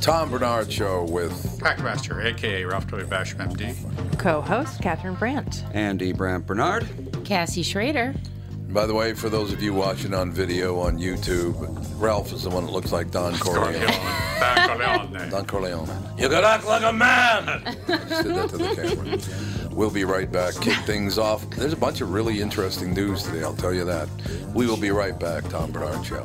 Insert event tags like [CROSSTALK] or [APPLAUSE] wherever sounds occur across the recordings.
Tom Bernard Show with Packmaster, aka Ralph Toy Basham MD. Co host Catherine Brandt. Andy Brandt Bernard. Cassie Schrader. By the way, for those of you watching on video on YouTube, Ralph is the one that looks like Don Corleone. Don Corleone. You can act like a man. [LAUGHS] Just did that to the camera. We'll be right back. Kick things off. There's a bunch of really interesting news today. I'll tell you that. We will be right back. Tom Bernard Show.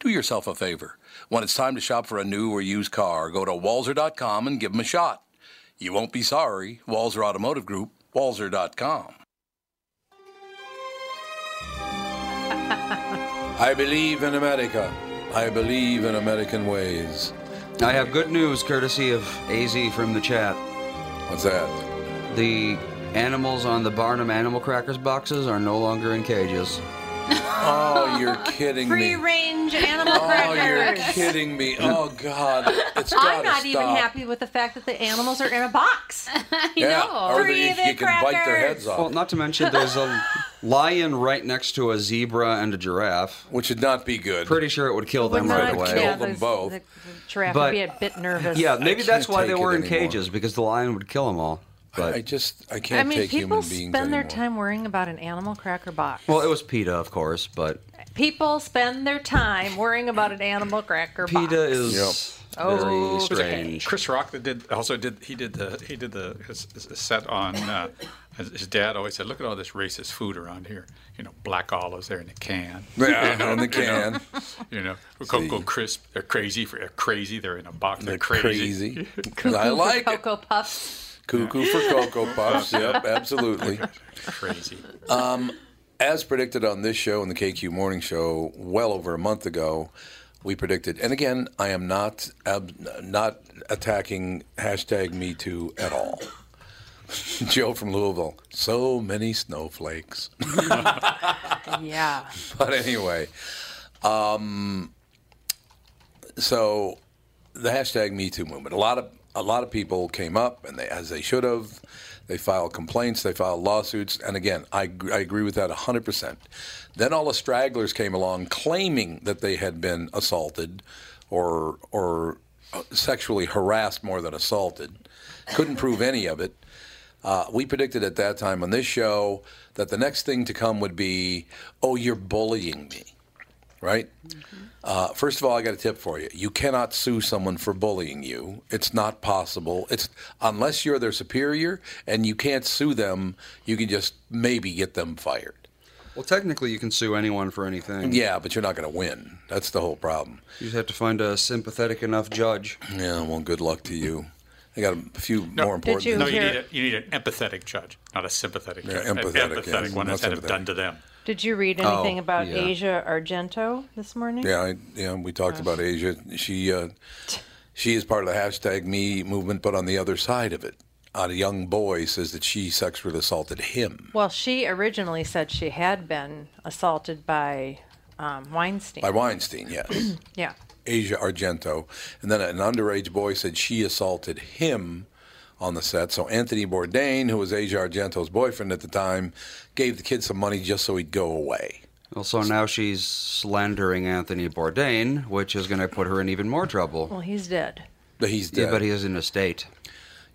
Do yourself a favor. When it's time to shop for a new or used car, go to Walzer.com and give them a shot. You won't be sorry. Walzer Automotive Group, Walzer.com. [LAUGHS] I believe in America. I believe in American ways. I have good news courtesy of AZ from the chat. What's that? The animals on the Barnum Animal Crackers boxes are no longer in cages. Oh, you're kidding Free me. range animal Oh, you're crackers. kidding me. Oh, God. It's gotta I'm not even stop. happy with the fact that the animals are in a [LAUGHS] box. Yeah, know. or Free they, the you can bite their crackers. heads off, Well, not to mention there's [LAUGHS] a lion right next to a zebra and a giraffe. which would not be good. Pretty sure it would kill them Would right not- away. kill yeah, them those- both. The, the giraffe But- would be a bit nervous. Yeah, maybe can't that's why they take it were in anymore. cages because the lion would kill them all. But I just, I I can't mean, take human people beings spend anymore. their time worrying about an animal cracker box. well, it was PETA, of course, but people spend their time worrying about an animal cracker box. PETA is very Oh, Okay. strange. [LAUGHS] Chris Rock that did also did he did the he did the his, his set on uh, his, his dad always said look at all this racist food around here you know black olives there in a can [LAUGHS] [LAUGHS] Yeah, in the you know, can. you know Cocoa Crisp they're crazy for they're crazy they're in a box they're, crazy. [LAUGHS] I For like it. Cocoa Puffs. Cuckoo for Cocoa Puffs. Yep, absolutely. [LAUGHS] crazy As predicted on this show and the KQ Morning Show well over a month ago, We predicted, and again, I am not ab- not attacking hashtag Me Too at all. [LAUGHS] Joe from Louisville, so many snowflakes. Yeah. [LAUGHS] but anyway, um, so the hashtag Me Too movement. A lot of a lot of people came up, and they, as they should have, they filed complaints, they filed lawsuits, and again, I, gr- I agree with that hundred percent. Then all the stragglers came along, claiming that they had been assaulted, or or uh, sexually harassed more than assaulted. Couldn't prove any of it. Uh, we predicted at that time on this show that the next thing to come would be, oh, you're bullying me, right? Uh, first of all, I got a tip for you. You cannot sue someone for bullying you. It's not possible. It's unless you're their superior and you can't sue them. You can just maybe get them fired. Well, technically, you can sue anyone for anything. Yeah, but you're not going to win. That's the whole problem. You just have to find a sympathetic enough judge. Yeah. Well, good luck to you. I got a few more important. you- No, you Here- need, a, you need an empathetic judge, not a sympathetic Yeah, judge. empathetic, an yeah, empathetic one not that's had it sympathetic. done to them. Did you read anything Oh, about yeah. Asia Argento this morning? Yeah, I, yeah, we talked about Asia. She uh, she is part of the hashtag Me movement, but on the other side of it, a young boy says that she sexually assaulted him Well, she originally said she had been assaulted by um, Weinstein. by Weinstein. Yes, yeah. Asia Argento, and then an underage boy said she assaulted him on the set. So Anthony Bourdain, who was Asia Argento's boyfriend at the time, gave the kid some money just so he'd go away. Also, now she's slandering Anthony Bourdain, which is going to put her in even more trouble. Well, he's dead. But he's Yeah, dead. but he is in a state.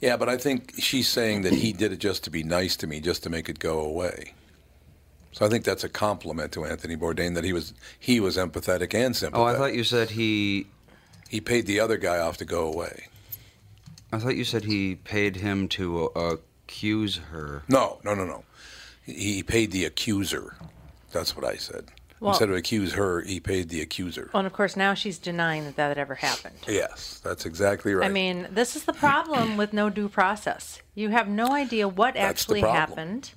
yeah, but I think she's saying that he did it just to be nice to me, just to make it go away. So I think that's a compliment to Anthony Bourdain that he was he was empathetic and sympathetic. Oh, I thought you said he. he paid the other guy off to go away. I thought you said he paid him to uh, accuse her. No, no, no, no. He he paid the accuser. That's what I said. Well- Instead of accuse her, he paid the accuser. Well, and of course, now she's denying that that had ever happened. yes, that's exactly right. I mean, this is the problem with no due process. You have no idea what That's the actually problem. happened.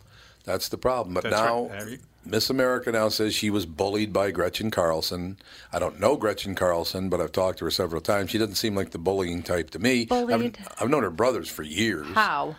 That's the problem. But That's now, right, Harry. Miss America now says she was bullied by Gretchen Carlson. I don't know Gretchen Carlson, but I've talked to her several times. She doesn't seem like the bullying type to me. Bullied? I've, I've known her brothers for years. How?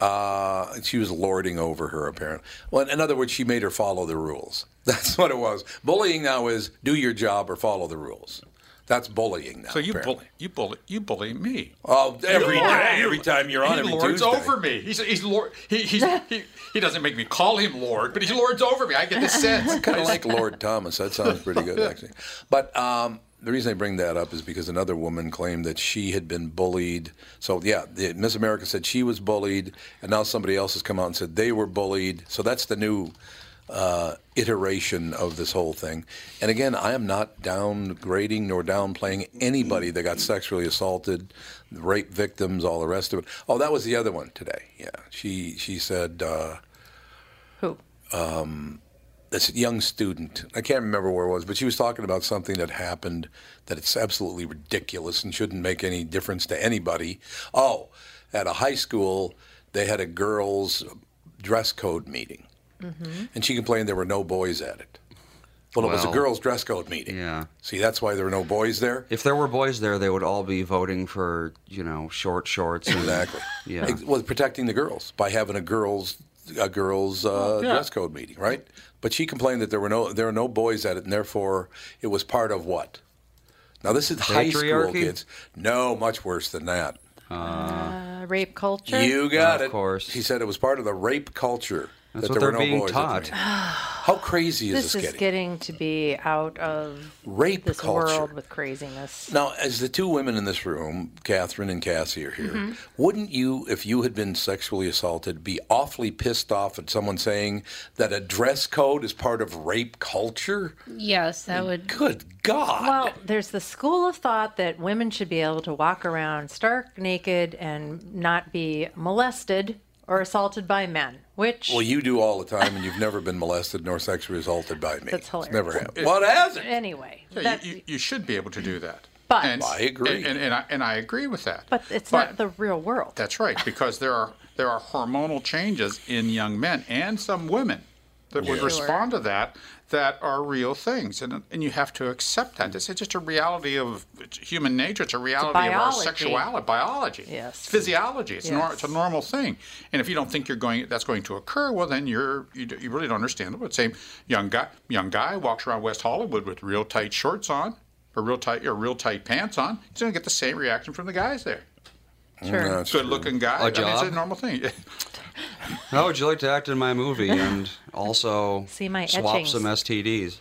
Uh, she was lording over her, apparently. Well, in other words, she made her follow the rules. [LAUGHS] That's what it was. Bullying now is do your job or follow the rules. That's bullying now. So you apparently. bully, you bully, you bully me. Oh, every Yeah. day, every time you're on He every lords Tuesday. over me. He's, he's lord. He, he's, he he doesn't make me call him lord, but he lords over me. [LAUGHS] I get the sense. kind of like Lord Thomas. That sounds pretty good, actually. But um, the reason I bring that up is because another woman claimed that she had been bullied. So, yeah, the, Miss America said she was bullied, and now somebody else has come out and said they were bullied. So that's the new uh, iteration of this whole thing. And again, I am not downgrading nor downplaying anybody that got sexually assaulted, rape victims, all the rest of it. Oh, that was the other one today. Yeah, she she said. Uh, Who? this young student. I can't remember where it was, but she was talking about something that happened that it's absolutely ridiculous and shouldn't make any difference to anybody. Oh, at a high school, they had a girls' dress code meeting, and she complained there were no boys at it. Well, it was a Well, girls' dress code meeting. yeah. See, that's why there were no boys there. If there were boys there, they would all be voting for you know short shorts. And, [LAUGHS] Exactly. Yeah. Ex- was protecting the girls by having a girls a girls uh, dress code meeting, right? But she complained that there were no there were no boys at it, and therefore it was part of what? Now this is high school Patriarchy? kids. No, much worse than that. Uh, rape culture? You got Of it. course. She said it was part of the rape culture. That's that what there they're were no being boys at the taught. meeting. How crazy is this this, is getting? getting to be out of Rape this culture. world with craziness. Now, as the two women in this room, Catherine and Cassie, are here, Mm-hmm. wouldn't you, if you had been sexually assaulted, be awfully pissed off at someone saying that a dress code is part of rape culture? Yes, that would. Good God. Well, there's the school of thought that women should be able to walk around stark naked and not be molested or assaulted by men, which Well, you do all the time, and you've never been molested nor sexually assaulted by me. That's hilarious. It's never happened. What has it? anyway, Yeah, that- you, you, you should be able to do that. But- I agree. And, and, I, and I agree with that. but it's not the real world. That's right, because there are there are hormonal changes in young men and some women that would respond to that that are real things, and and you have to accept that. It's just a reality of human nature. It's a reality of our biology. sexuality, biology, Yes. physiology. It's, nor, Yes. it's a normal thing. And if you don't think you're going, that's going to occur, well, then you're you, d- you really don't understand it. But same young guy, young guy walks around West Hollywood with real tight shorts on, or real tight, or real tight pants on. He's going to get the same reaction from the guys there. Sure. Good looking guy. I mean, it's a job? normal thing. [LAUGHS] How Oh, would you like to act in my movie and [LAUGHS] also See my swap etchings. some STDs?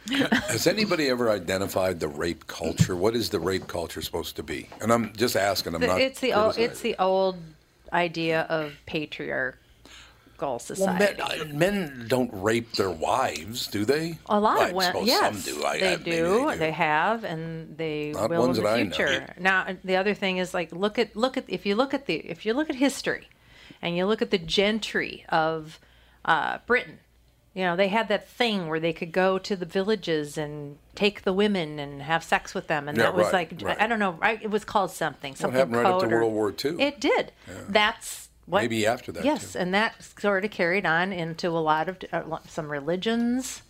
Has anybody ever identified the rape culture? What is the rape culture supposed to be? And I'm just asking. I'm The- not. it's the old, criticizing. it's the old idea of patriarchal Well, men, society. uh, men don't rape their wives, do they? a lot Well, I of women, suppose yes, some do. I, they, I, maybe do. They They have, and they Not will ones in the that I know. future. Now, uh, the other thing is like look at look at if you look at the if you look at history, and you look at the gentry of uh, Britain. You know, they had that thing where they could go to the villages and take the women and have sex with them, and Yeah, that was right, like right. I don't know, right? It was called something. Something happened right after code or- World War II. It did. That's what Maybe after that, Yes, too. and that sort of carried on into a lot of uh, lo- some religions.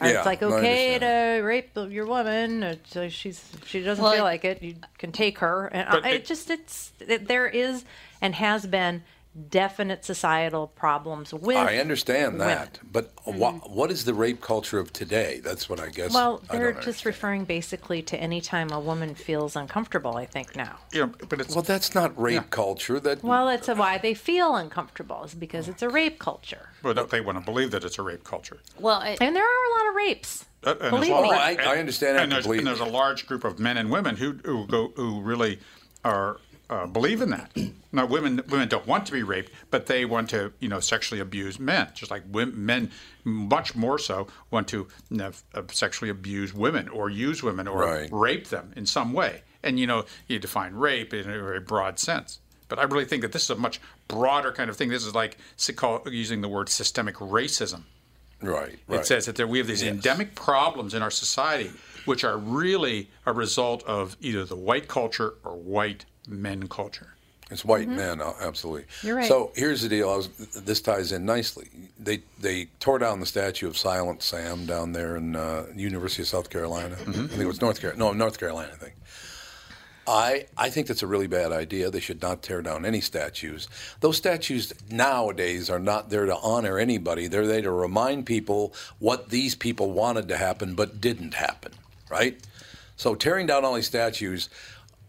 Or Yeah, it's like no, I okay understand. to rape the- your woman. uh, So she's she doesn't Well, feel it- like it. You can take her, and But I, it- it just it's it, there is and has been definite societal problems with. I understand women. Mm-hmm. that, but wha- what is the rape culture of today? That's what I guess. Well, I they're don't just understand. referring basically to any time a woman feels uncomfortable. I think now. you know, but it's Well, that's not rape culture. That Well, it's why they feel uncomfortable is because it's a rape culture, Well, don't they want to believe that it's a rape culture? Well, I, and there are a lot of rapes. Uh, and there's Believe a lot- me. Oh, I- I understand that and, there's, completely. and there's a large group of men and women who who go who really are uh, believe in that. Now, women women don't want to be raped, but they want to you know sexually abuse men, just like women, men much more so want to you know, uh, sexually abuse women or use women or Right. rape them in some way. And you know you define rape in a very broad sense. But I really think that this is a much broader kind of thing. This is like s- call- using the word systemic racism. right, right. It says that there, we have these endemic problems in our society, which are really a result of either the white culture or white men culture. It's white men, uh, absolutely. Mm-hmm. You're right. So here's the deal. I was, this ties in nicely. They they tore down the statue of Silent Sam down there in uh, University of South Carolina. I think it was North Carolina. No, North Carolina. I think. I I think that's a really bad idea. They should not tear down any statues. Those statues nowadays are not there to honor anybody. They're there to remind people what these people wanted to happen but didn't happen. Right. So tearing down all these statues.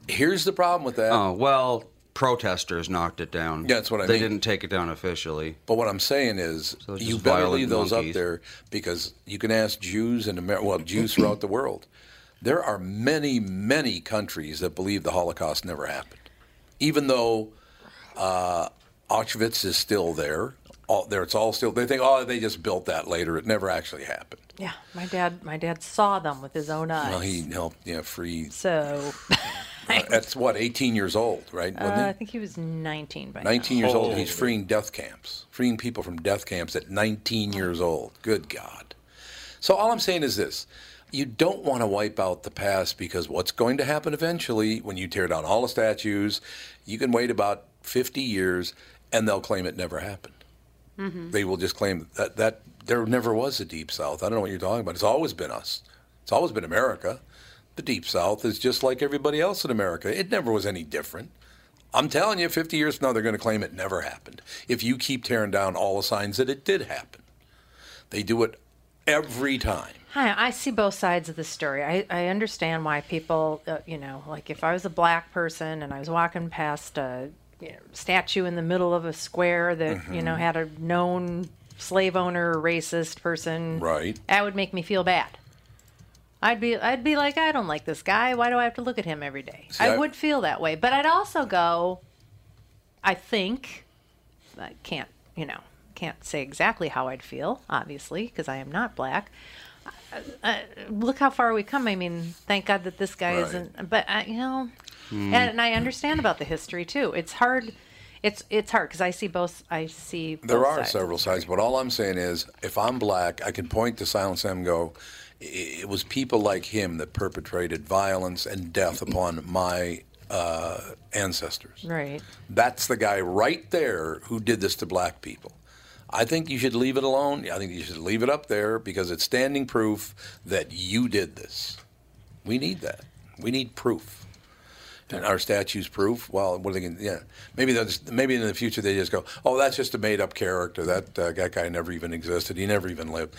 Here's the problem with that. Oh, well, protesters knocked it down. Yeah, that's what I they mean. They didn't take it down officially. But what I'm saying is, So it's you just better violent leave those up monkeys. there because you can ask Jews in America, well, Jews throughout the world. There are many, many countries that believe the Holocaust never happened, even though uh, Auschwitz is still there. All, there, it's all still. They think, oh, they just built that later. It never actually happened. Yeah, my dad. My dad saw them with his own eyes. Well, he helped, yeah, free. so Uh, that's what 18 years old, right? Wasn't uh, he? I think he was 19 by 19 now. years old, he's freeing death camps, freeing people from death camps at 19 years old. Good God. So, all I'm saying is this you don't want to wipe out the past because what's going to happen eventually when you tear down all the statues, you can wait about 50 years and they'll claim it never happened. They will just claim that, that there never was a Deep South. I don't know what you're talking about. It's always been us, it's always been America. The Deep South is just like everybody else in America, it never was any different. I'm telling you, 50 years from now, they're going to claim it never happened. If you keep tearing down all the signs that it did happen, they do it every time. Hi, I see both sides of the story. I, I understand why people, uh, you know, like if I was a black person and I was walking past a you know, statue in the middle of a square that, you Mm-hmm. know, had a known slave owner, racist person, Right. that would make me feel bad. I'd be I'd be like, I don't like this guy. Why do I have to look at him every day? See, I, I- would feel that way, but I'd also go. I think I can't, you know, can't say exactly how I'd feel, obviously, because I am not black. Uh, uh, look how far we come. I mean, thank God that this guy Right. Hmm. isn't. But I, you know, and, and I understand about the history too. It's hard. It's it's hard because I see both. I see. There both are sides. several sides, but all I'm saying is if I'm black, I can point to Silent Sam and go, "I- it was people like him that perpetrated violence and death upon my uh, ancestors. Right. That's the guy right there who did this to black people. I think you should leave it alone. I think you should leave it up there because it's standing proof that you did this. We need that. We need proof. And our statues proof. Well, what are they going to? Yeah, maybe that's maybe in the future they just go, oh, that's just a made-up character. That uh, that guy never even existed. He never even lived.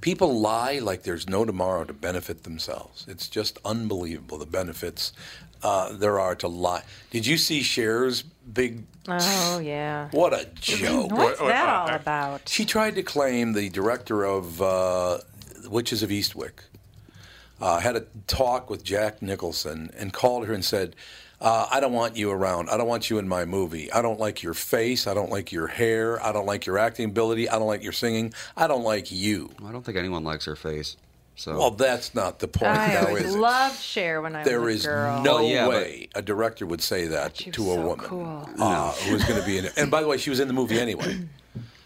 People lie like there's no tomorrow to benefit themselves. It's just unbelievable the benefits uh, there are to lie. Did you see Cher's big? Oh yeah. What a joke! What's that all about? She tried to claim the director of uh, Witches of Eastwick uh, had a talk with Jack Nicholson and called her and said, uh, I don't want you around. I don't want you in my movie. I don't like your face. I don't like your hair. I don't like your acting ability. I don't like your singing. I don't like you. I don't think anyone likes her face. So Well, that's not the point I now, always is it? loved Cher when I There was is a girl. no Well, yeah, but- way a director would say that She was to a so woman cool. uh, who was going to be in it. And by the way, she was in the movie anyway.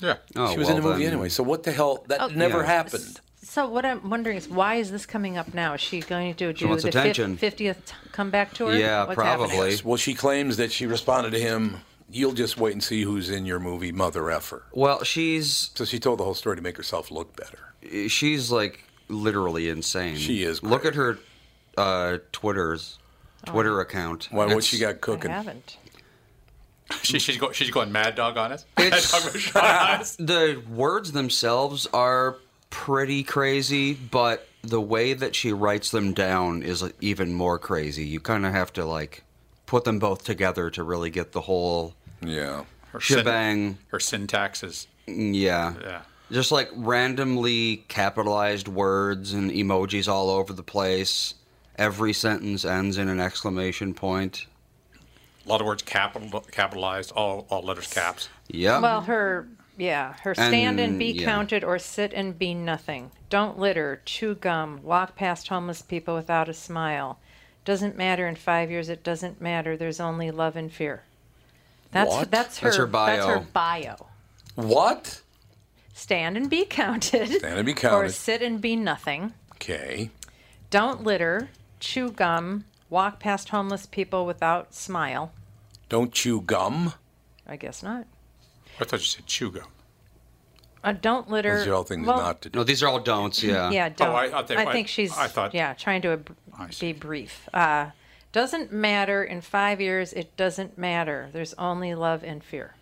Yeah. oh, She was well in the movie then. anyway. So what the hell? That never Yeah. happened. So what I'm wondering is why is this coming up now? Is she going to do wants the attention. fiftieth comeback tour? Yeah, What's probably. happening? Well, she claims that she responded to him, "You'll just wait and see who's in your movie, mother effer." Well, she's So she told the whole story to make herself look better. she's like literally insane. She is Look at crazy. her uh, Twitter's Oh. Twitter account. Why? What It's- she got I cooking? haven't. She, she's, go, she's going mad dog on us. It's, the words themselves are pretty crazy, but the way that she writes them down is like, even more crazy. You kind of have to like put them both together to really get the whole Yeah. [LAUGHS] Her syn- shebang. her syntax is. Yeah. Yeah. Just like randomly capitalized words and emojis all over the place. Every sentence ends in an exclamation point. A lot of words capital, capitalized, all, all letters caps. Yeah. Well, her yeah, her stand and, And- be yeah. counted or sit and be nothing. Don't litter, chew gum, walk past homeless people without a smile. Doesn't matter in five years. It doesn't matter. There's only love and fear. That's What? that's her That's her That's her bio. bio. What? Stand and be counted. Stand and be Or counted. sit and be nothing. Okay. Don't litter, chew gum, walk past homeless people without smile. Don't chew gum. I guess not. I thought you said chew gum. Uh, don't litter. Those are all things well, not to do. no, these are all don'ts. Yeah. Yeah, don't. Oh, I- I think- I- think she's. I thought- yeah, trying to ab- see. be brief. Uh, doesn't matter in five years. It doesn't matter. There's only love and fear.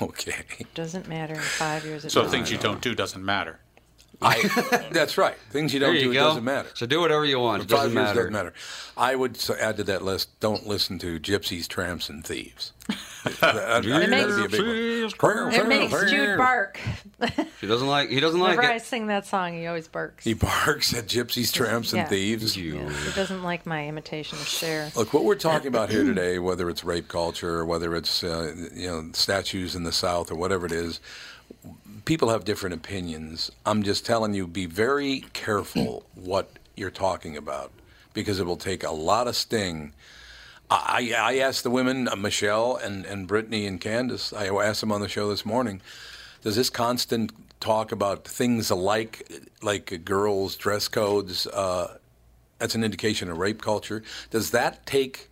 Okay. Doesn't matter in five years. It So doesn't things you don't do doesn't matter. I, [LAUGHS] that's right. Things you don't There you do, go. it doesn't matter. So do whatever you want. It Five doesn't years matter. doesn't matter. I would s- add to that list: don't listen to gypsies, tramps, [LAUGHS] and thieves. that, would makes- be a big one. It makes Jude bark. He doesn't like. He doesn't like Whenever I it. sing that song, he always barks. He barks at gypsies, tramps, and Yeah. thieves. Yeah, he doesn't like my imitation of Cher. Oh. Look, what we're talking about here today, whether it's rape culture, whether it's uh, you know statues in the South or whatever it is, people have different opinions. I'm just telling you, be very careful what you're talking about because it will take a lot of sting. I, I I asked the women, uh, Michelle and, and Brittany and Candace, I asked them on the show this morning, does this constant talk about things alike, like girls' dress codes, uh, that's an indication of rape culture. Does that take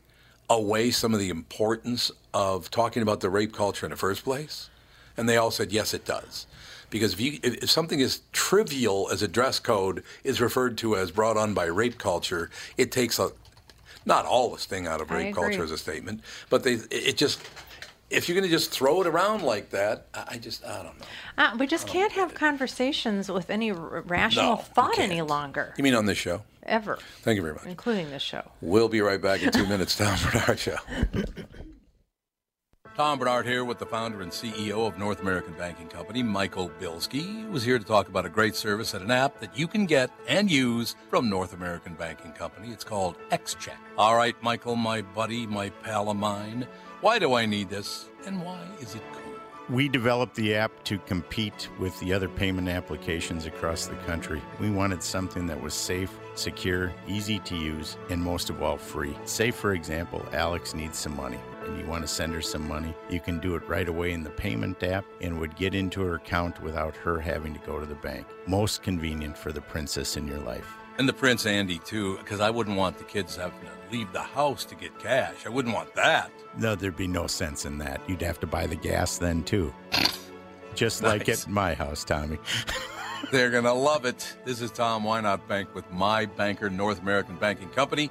away some of the importance of talking about the rape culture in the first place? And they all said, yes, it does. Because if, you, if if something as trivial as a dress code is referred to as brought on by rape culture, it takes a not all the sting out of I rape agree. culture as a statement, but they it- it just if you're going to just throw it around like that, I I just I don't know. Uh, we just can't have conversations with any r- rational No, you thought any can't. longer, You mean on this show? ever, Thank you very much. including this show. We'll be right back in two minutes. Tom Bernard Show. Tom Bernard here with the founder and CEO of North American Banking Company, Michael Bilski, who's here to talk about a great service and an app that you can get and use from North American Banking Company. It's called XCheck. All right, Michael, my buddy, my pal of mine, why do I need this and why is it cool? We developed the app to compete with the other payment applications across the country. We wanted something that was safe, secure, easy to use, and most of all, free. Say, for example, Alex needs some money and you want to send her some money, you can do it right away in the payment app and would get into her account without her having to go to the bank. Most convenient for the princess in your life. And the Prince Andy, too, because I wouldn't want the kids having to leave the house to get cash. I wouldn't want that. No, there'd be no sense in that. You'd have to buy the gas then, too. just like at my house, Tommy. They're going to love it. This is Tom Wynot Bank with My Banker North American Banking Company,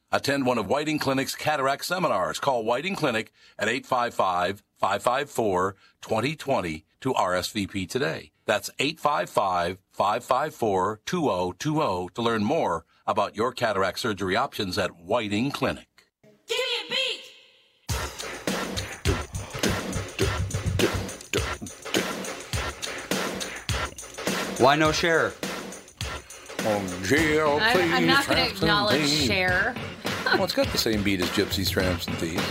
attend one of Whiting Clinic's cataract seminars. Call Whiting Clinic at 855 554 2020 to RSVP today. That's 855 554 2020 to learn more about your cataract surgery options at Whiting Clinic. Give me a beat! Why no share? Geo, I, I'm not going to acknowledge Cher. Well, it's got the same beat as Gypsies, Tramps, and Thieves.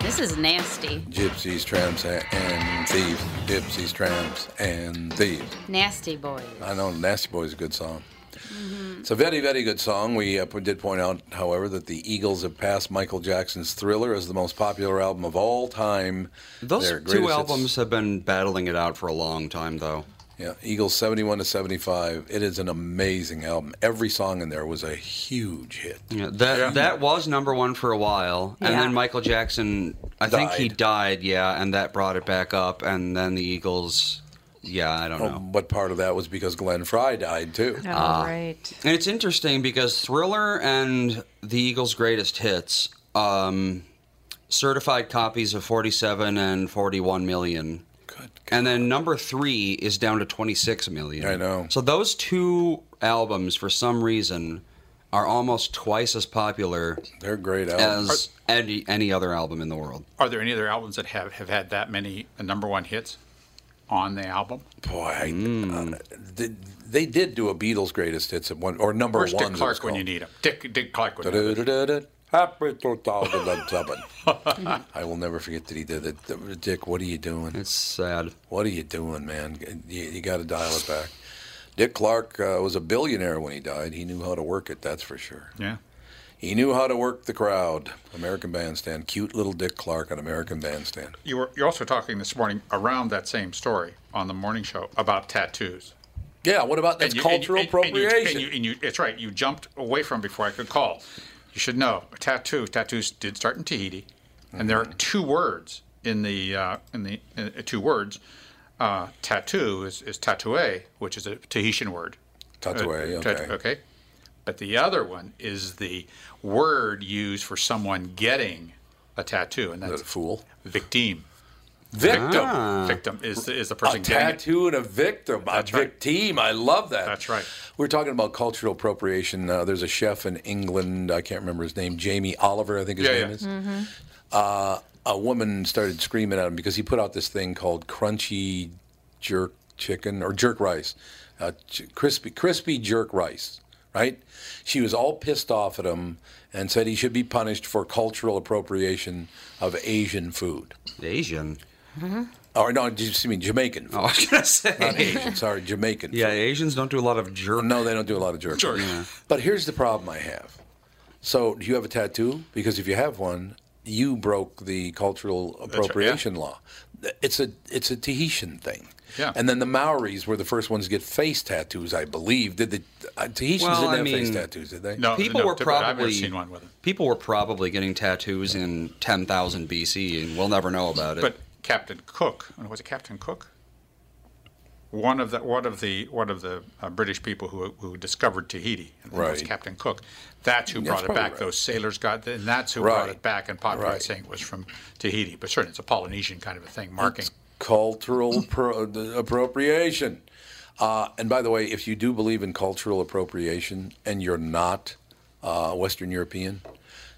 This is nasty. Gypsies, Tramps, a- and Thieves. Gypsies, Tramps, and Thieves. Nasty boys. I know Nasty Boy is a good song. It's a very, very good song. We uh, did point out, however, that the Eagles have passed Michael Jackson's Thriller as the most popular album of all time. Those Their greatest two hits- albums have been battling it out for a long time, though. Yeah, Eagles 71 to 75. It is an amazing album. Every song in there was a huge hit. Yeah, that that was number one for a while, and Yeah. then Michael Jackson. I think he died. Yeah, and that brought it back up, and then the Eagles. Yeah, I don't know. But part of that was because Glenn Fry died, too. Oh, Ah. right. And it's interesting because Thriller and the Eagles' greatest hits, um, certified copies of 47 and 41 million. Good And then number three is down to 26 million. I know. So those two albums, for some reason, are almost twice as popular They're great albums. as any, any other album in the world. Are there any other albums that have, have had that many number one hits on the album? Boy, I, uh, Mm. they, they did do a Beatles greatest hits at one or number Where's one. Dick Clark when you need him? Dick, Dick Clark when you need him. [LAUGHS] I will never forget that he did it. Dick, what are you doing? It's sad. What are you doing, man? You, you got to dial it back. Dick Clark uh, was a billionaire when he died. He knew how to work it, that's for sure. Yeah. He knew how to work the crowd. American Bandstand. Cute little Dick Clark on American Bandstand. You were you're also talking this morning around that same story on the morning show about tattoos. Yeah, what about that's And you- and you- cultural and- and you- and appropriation? you- and you- it's right. You jumped away from before I could call. You should know tattoo. Tattoos did start in Tahiti, and there are Mm-hmm. two words in the uh, in the uh, two words. Uh, tattoo is, is tatoue, which is a Tahitian word. Tatoue, Uh, tat- okay. okay. But the other one is the word used for someone getting a tattoo, and What that's a fool. victim. Victim. Victim is the, is the A person getting it. tattoo and a victim, That's a right. victim. I love that. That's right. We're talking about cultural appropriation. Uh, there's a chef in England. I can't remember his name. Jamie Oliver, I think his Yeah, name yeah. is. Uh, a woman started screaming at him because he put out this thing called crunchy jerk chicken or jerk rice, uh, ch- crispy crispy jerk rice. Right? She was all pissed off at him and said he should be punished for cultural appropriation of Asian food. Asian. [LAUGHS] Or no, excuse me, Jamaican. Oh, Food. I was going to Not say. Asian, sorry, Jamaican. Yeah, Asians don't do a lot of jerk. No, they don't do a lot of jerk. Sure. But here's the problem I have. So, do you have a tattoo? Because if you have one, you broke the cultural appropriation law. It's a it's a Tahitian thing. Yeah. And then the Maoris were the first ones to get face tattoos, I believe. Did the uh, Tahitians Well, didn't I have face mean- tattoos? Did they? No, people no, were typically I've probably never seen one with it. people were probably getting tattoos in 10,000 BC, and we'll never know about it. But Captain Cook, was it Captain Cook? One of the one of the one of the uh, British people who who discovered Tahiti, and that was Right. Captain Cook. That's who brought it probably back. right. Those sailors got, and that's who Right. brought it back. And popular Right. saying it was from Tahiti, but certainly it's a Polynesian kind of a thing, marking. Cultural pro- the appropriation. Uh, and by the way, if you do believe in cultural appropriation and you're not uh, Western European,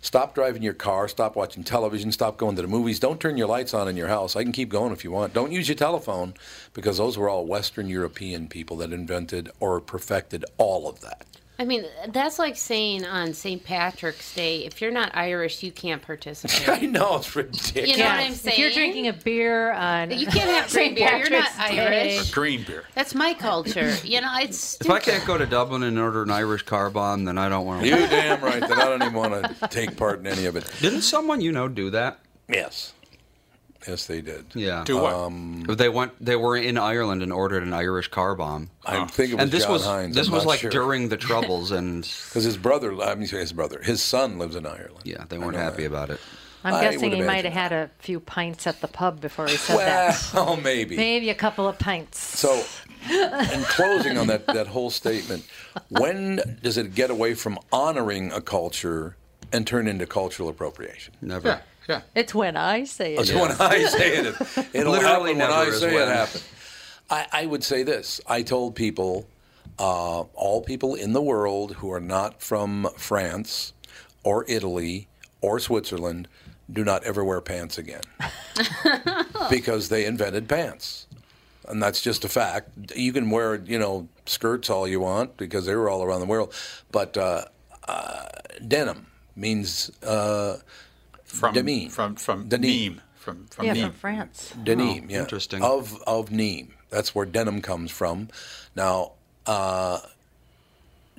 Stop driving your car. Stop watching television. Stop going to the movies. Don't turn your lights on in your house. I can keep going if you want. Don't use your telephone because those were all Western European people that invented or perfected all of that. I mean, that's like saying on St. Patrick's Day, if you're not Irish, you can't participate. [LAUGHS] I know it's ridiculous. You know what I'm saying? If you're drinking a beer uh, [LAUGHS] on [LAUGHS] you can't have green St. beer. You're not Patrick's Day. Irish. Green beer. That's my culture. You know, it's If I stupid. can't go to Dublin and order an Irish car bomb, then I don't want You to. damn right that I don't even want to take part in any of it. Didn't someone you know do that? Yes, yes they did. Yeah. Um, Do um, what? They went. They were in Ireland and ordered an Irish car bomb. I think it was Oh. and this John was Hines. this I'm was not like sure. during the [LAUGHS] Troubles, and because his brother. I mean, his brother. His son lives in Ireland. yeah, they I weren't know happy that. about it. I'm I guessing would he might imagine. have had a few pints at the pub before he said that. Well, [LAUGHS] maybe. Maybe a couple of pints. So, in closing on that, that whole statement, when does it get away from honoring a culture and turn into cultural appropriation? Never. Yeah, yeah. It's when I say it. That's when I say it. [LAUGHS] It'll Literally happen when never I is say when. it happened. I, I would say this. I told people, uh, all people in the world who are not from France or Italy or Switzerland, do not ever wear [LAUGHS] pants again because they invented pants. And that's just a fact. You can wear, you know, skirts all you want because they were all around the world. But uh, uh, denim means uh, From Demi. from from Denim. Nîmes. From from Yeah, Nîmes. from France. Denim, yeah. interesting. Of of neem. That's where denim comes from. Now, uh,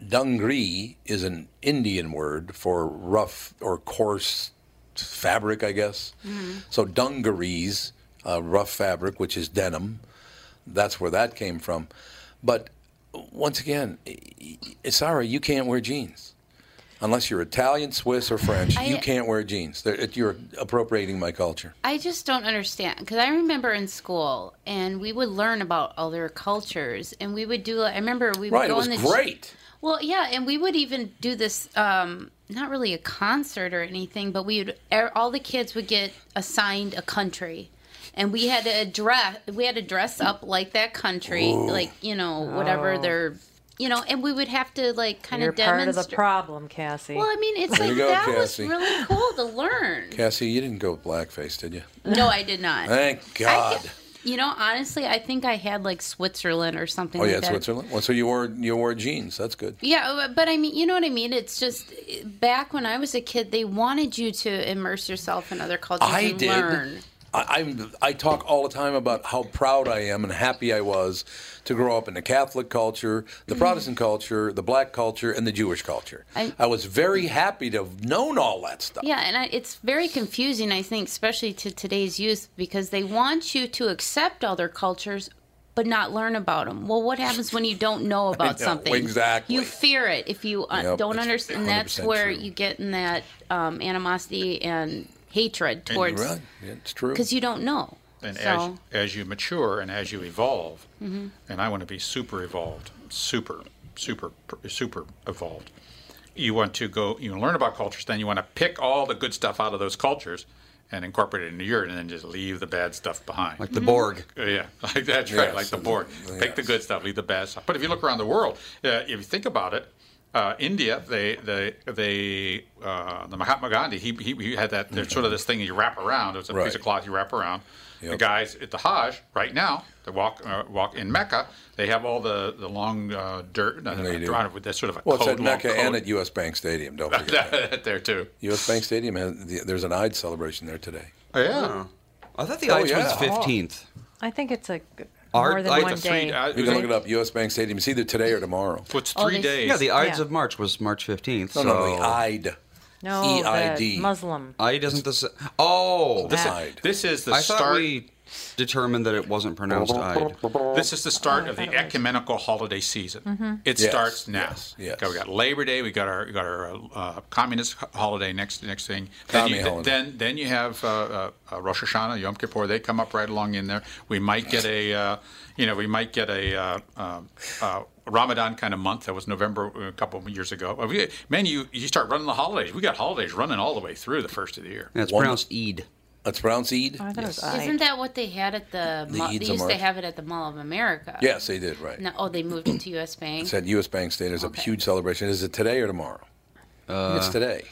dungaree is an Indian word for rough or coarse fabric, I guess. Mm-hmm. So dungarees, uh, rough fabric, which is denim. That's where that came from. But once again, i- i- sorry, you can't wear jeans. Unless you're Italian, Swiss, or French, you I- can't wear jeans. They're- You're appropriating my culture. I just don't understand because I remember in school and we would learn about other cultures and we would do. I remember we would Right, it go was in the great. Well, yeah, and we would even do this. Um, not really a concert or anything, but we would er- all the kids would get assigned a country, and we had to address we had to dress up like that country, like you know whatever their you know, and we would have to like kind Oh. You're of part of the demonstrate. problem, Cassie. well, I mean, it's There like you go, that Cassie. was really cool to learn. [LAUGHS] Cassie, you didn't go blackface, did you? No, I did not. Thank I God. thi- you know, honestly, I think I had like Switzerland or something. Oh like yeah, that. Switzerland. Well, so you wore you wore jeans. That's good. Yeah, uh, but I mean, you know what I mean. It's just back when I was a kid, they wanted you to immerse yourself in other cultures I and did. learn. I, I'm I talk all the time about how proud I am and happy I was to grow up in the Catholic culture, the Protestant culture, the Black culture, and the Jewish culture. I, Mm-hmm. I- was very happy to have known all that stuff. Yeah, and I, it's very confusing, I think, especially to today's youth, because they want you to accept other cultures, but not learn about them. Well, what happens when you don't [LAUGHS] know about know, something? exactly. You fear it if you uh, Yep, don't that's understand. That's 100% where true. you get in that um, animosity and hatred towards Right. Yeah, it's true. because you don't know. And so. as, as you mature and as you evolve, Mm-hmm. and I want to be super evolved, super, super, super evolved, you want to go, you learn about cultures, then you want to pick all the good stuff out of those cultures and incorporate it into yours, and then just leave the bad stuff behind. Mm-hmm. Like the Borg. Uh, Yeah, [LAUGHS] like that's right, Yes. like the board. Pick the good stuff, leave the bad stuff. But if you look around the world, uh, if you think about it, uh, India, they, they, they, uh, the Mahatma Gandhi, he, he, he had that. There's sort of this thing you wrap around. It's a piece Right. of cloth you wrap around. The Yep. guys at the Hajj right now, they walk uh, walk in Mecca. They have all the the long uh, dirt no, They do. drawn with that sort of a well, it's coat, at long Mecca and coat. at U.S. Bank Stadium. Don't forget [LAUGHS] that. there too. U.S. Bank Stadium has the, there's an Eid celebration there today. Oh, Yeah, I thought the Irish Oh, yeah. Oh, was fifteenth. I think it's a Art- more than I- one the day. I- You can look it up. U.S. Bank Stadium. It's either today or tomorrow. What's Oh, three they- days? Yeah, the Ides Yeah. of March was March fifteenth. No, so no, the Eid. E no, EID. the Muslim. Eid isn't the. s- Oh, This Ah. Eid. this is the I thought start. we determined that it wasn't pronounced Eid. This is the start of the ecumenical holiday season. It Yes, starts now. yes, yes. Okay, we got Labor Day. We got our we got our uh, communist h- holiday next next thing. Then Commie you, holiday. then then you have uh, uh, uh, Rosh Hashanah, Yom Kippur. They come up right along in there. We might get a uh, you know we might get a uh, uh, uh, Ramadan kind of month. That was November uh, a couple of years ago. Uh, we- Man, you you start running the holidays. We got holidays running all the way through the first of the year. Yeah, it's One- pronounced Eid. That's pronounced Eid. Oh, I thought it was I. Isn't that what they had at the? The mall Eads they of used to March. have it at the Mall of America. Yes, they did. Right. No, oh, they moved it to U.S. Bank. Uh, It's at U.S. Bank Stadium. There's a huge celebration. Is it today or tomorrow? I think it's today.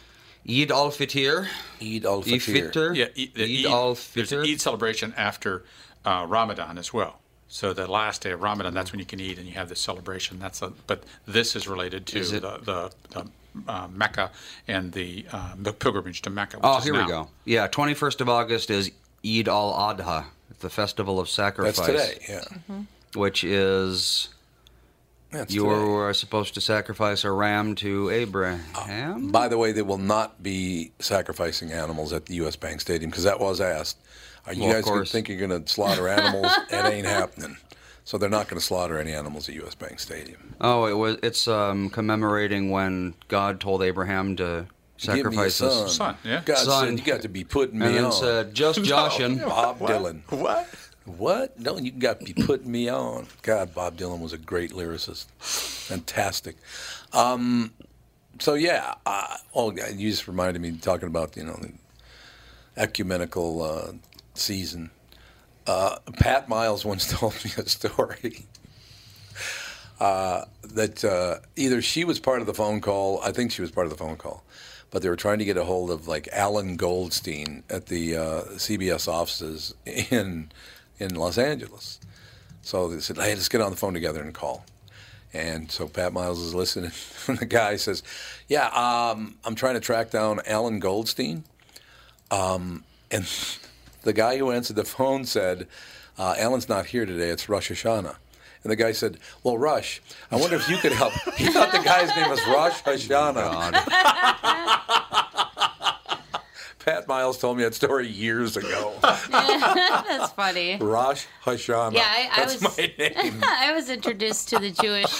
Eid al Fitr. Eid al Eid Fitr. Fitr. Yeah, e- Eid the al There's an Fitr. Eid celebration after uh, Ramadan as well. So the last day of Ramadan, that's when you can eat and you have this celebration. That's a, but this is related to Is it- the the, the uh, Mecca and the uh, the pilgrimage to Mecca. Which Oh, is here now. we go. Yeah, 21st of August is Eid al Adha, the festival of sacrifice. That's today. Yeah. Mm-hmm. Which is That's you today. are supposed to sacrifice a ram to Abraham. By the way, they will not be sacrificing animals at the U.S. Bank Stadium because that was asked. Are you Well, of guys gonna course. think you're going to [LAUGHS] slaughter animals? it ain't happening. So they're not going to slaughter any animals at U.S. Bank Stadium. Oh, it was. It's um, commemorating when God told Abraham to Give me a sacrifice son. his Son, yeah. God Son. said, you got to be putting me and then on. said, [LAUGHS] "Just Joshin." Bob Dylan. What? What? No, you got to be putting me on. God, Bob Dylan was a great lyricist. Fantastic. Um, so yeah, uh, oh, yeah, you just reminded me talking about you know the ecumenical uh, season. Uh, Pat Miles once [LAUGHS] told me a story that uh, either she was part of the phone call. I think she was part of the phone call, but they were trying to get a hold of like Alan Goldstein at the uh, CBS offices in in Los Angeles. So they said, "Hey, let's get on the phone together and call." And so Pat Miles is listening, [LAUGHS] and the guy says, "Yeah, um, I'm trying to track down Alan Goldstein." Um, and the guy who answered the phone said, uh, "Alan's not here today. It's Rosh Hashanah." And the guy said, "Well, Rush, I wonder if you could help." [LAUGHS] He thought the guy's name was Rosh Hashanah. [LAUGHS] Pat Miles told me that story years ago. [LAUGHS] [LAUGHS] That's funny. Rosh Hashanah. Yeah, I, I [LAUGHS] That's was. my name. I was introduced to the Jewish,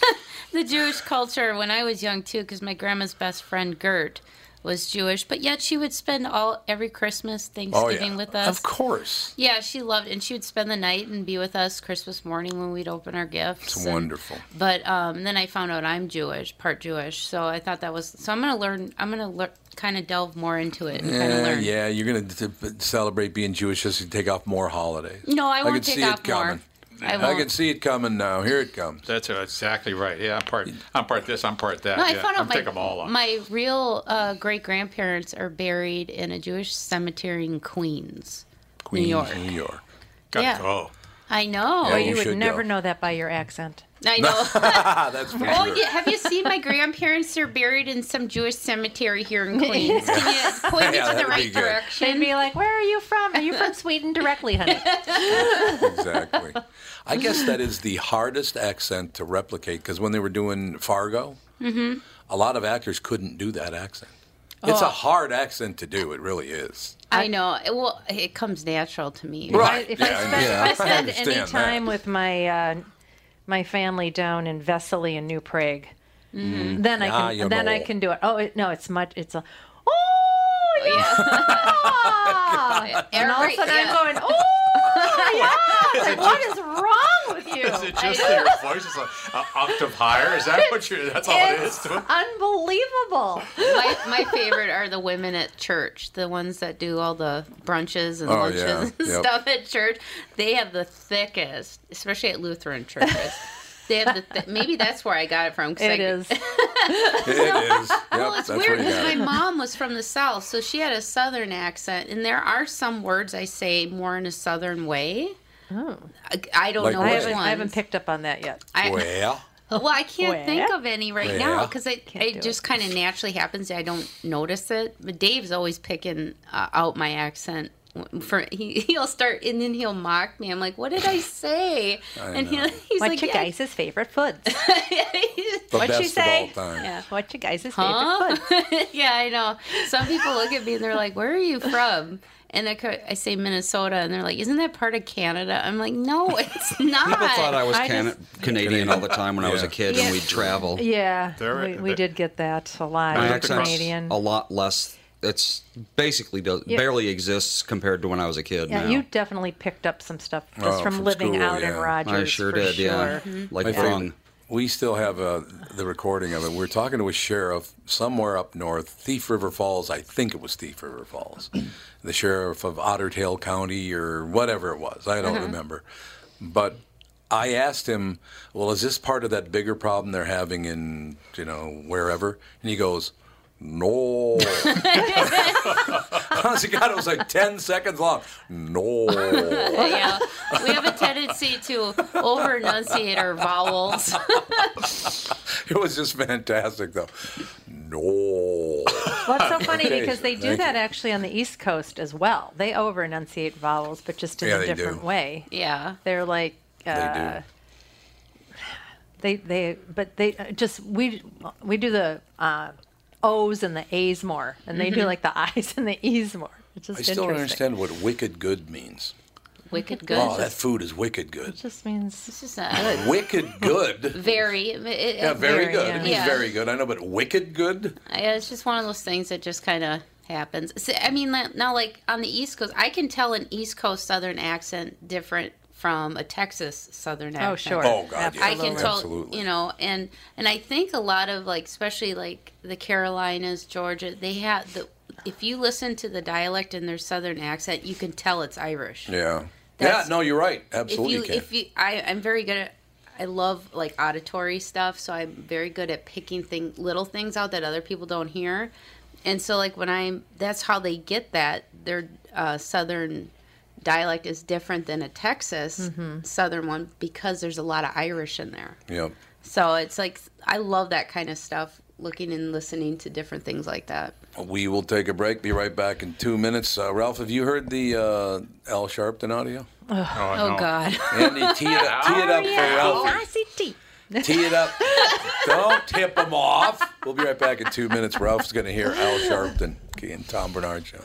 [LAUGHS] the Jewish culture when I was young too, because my grandma's best friend Gert was Jewish, but yet she would spend all every Christmas, Thanksgiving with us. Oh, Of course. Yeah, she loved, and she would spend the night and be with us Christmas morning when we'd open our gifts. It's and- wonderful. But um, then I found out I'm Jewish, part Jewish, so I thought that was. So I'm gonna learn. I'm gonna lear, kind of delve more into it and kind of Yeah, learn. yeah, you're going to celebrate beeen Jewish just to take off more holidays. No, I I won't can take see off it coming. more. I I won't. can see it coming now. Here it comes. That's exactly right. Yeah, I'm part. I'm part this. I'm part that. No, I yeah, found I'm out pick 'em all my, up. my real uh, great grandparents are buried in a Jewish cemetery in Queens, Queens, New York. New York. Gotta yeah. go. I know. Yeah, But you, Oh, you would should never go. know that by your accent. I [LAUGHS] know. Ah, that's for [LAUGHS] oh, sure. yeah. Have you seen my grandparents? They're buried in some Jewish cemetery here in Queens. Can you [LAUGHS] point me Yeah, to the that'd be right good. They'd direction? be like, "Where are you from? Are you [LAUGHS] from Sweden directly, honey?" [LAUGHS] exactly. I guess that is the hardest accent to replicate because when they were doing Fargo, Mm-hmm. a lot of actors couldn't do that accent. It's Oh. a hard accent to do. It really is. I know. It, well, it comes natural to me. Right. If I Yeah, I spend, know. if I spend understand any that. time with my uh, my family down in Vesely and New Prague, then I Ah, can you then I know. can do it. Oh it, no, it's much. It's a oh yeah. and all of a Every- sudden yeah. I'm going oh yeah. Like, what is wrong with you? Is it just that your voice is like an octave higher? Is that what you're? That's all it is. It's unbelievable. my, my favorite are the women at church, the ones that do all the brunches and Oh, lunches yeah. and Yep. stuff at church. They have the thickest, especially at Lutheran churches. they have the th- maybe that's where I got it from. 'cause It I- is. It [LAUGHS] is. Yep, Well, it's that's weird where you because got my it. mom was from the south, so she had a southern accent, and there are some words I say more in a southern way. I, I don't Like know Oh. what? which I haven't ones. I haven't picked up on that yet. I- Well, well, I can't Well. think of any right Well. now because it, Can't do it just kind of naturally happens. I don't notice it. But Dave's always picking uh, out my accent. w- For he, [LAUGHS] he'll start and then he'll mock me. I'm like, what did I say? and he, [LAUGHS] he's What's like, your yeah. guys' favorite food? the What'd best she say? of all time. What's your guys' favorite Huh? food? yeah, I know. Some people look at me and they're like, where are you from? And I, co- I say Minnesota, and they're like, isn't that part of Canada? I'm [LAUGHS] like, no, it's [LAUGHS] not. People thought I was I Cana- Canadian all the time when I was Yeah. a kid, Yeah. and we'd travel. Yeah, There- we, we there- did get that a lot. My in accent's Canadian. a lot less. It's basically does, barely exists compared to when I was a kid. Yeah, now. you definitely picked up some stuff just Oh, from, from living school, out in yeah. Rogers. I sure for did. Yeah, [LAUGHS] Mm-hmm. sure. like My favorite- wrong. We still have uh, the recording of it. We We're talking to a sheriff somewhere up north, Thief River Falls. I think it was Thief River Falls, the sheriff of Otter Tail County or whatever it was. I don't remember. But I asked him, "Well, is this part of that bigger problem they're having in you know wherever?" And he goes, No. [LAUGHS] Honest to God, it was like 10 seconds long. No. [LAUGHS] [LAUGHS] yeah, we have a tendency to over enunciate our vowels. [LAUGHS] It was just fantastic, though. No. Well, it's so funny Okay, because they do thank that actually on the East Coast as well. They over enunciate vowels, but just in Yeah, a they do. different way. Yeah. They're like, uh, they, they, but they uh, just we we do the uh, O's and the A's more, and they do like the I's and the E's more. It's just I still don't interesting. understand what wicked good means. Wicked good. Oh, that food is wicked good. It just means This is a [LAUGHS] Wicked good. very. It, it- Yeah, very Very, good. It yeah. means Yeah. very good. I know, but wicked good? Yeah, it's just one of those things that just kind of happens. So, I mean, like- now like on the East Coast, I can tell an East Coast Southern accent different from a Texas Southern accent. oh sure. Oh, God, yeah. I can tell, Absolutely. you know, and and I think a lot of like, especially like the Carolinas, Georgia, they have the. If you listen to the dialect in their Southern accent, you can tell it's Irish. Yeah. That's- yeah, no, you're right. If Absolutely you, can. if you, I, I'm very good at. I love like auditory stuff, so I'm very good at picking thing, little things out that other people don't hear, and so like when I'm, that's how they get that their uh, southern dialect is different than a Texas southern one because there's a lot of Irish in there. Yep. So it's like I love that kind of stuff. Looking and listening to different things like that. We will take a break. Be right back in two minutes. Uh, Ralph, have you heard the uh, Al Sharpton audio? Oh, God. Andy, tee it [LAUGHS] up, tee it up Oh, for Ralphie. Tee it up. Don't tip him off. We'll be right back in two minutes. Ralph's going to hear Al Sharpton and Tom Bernard show.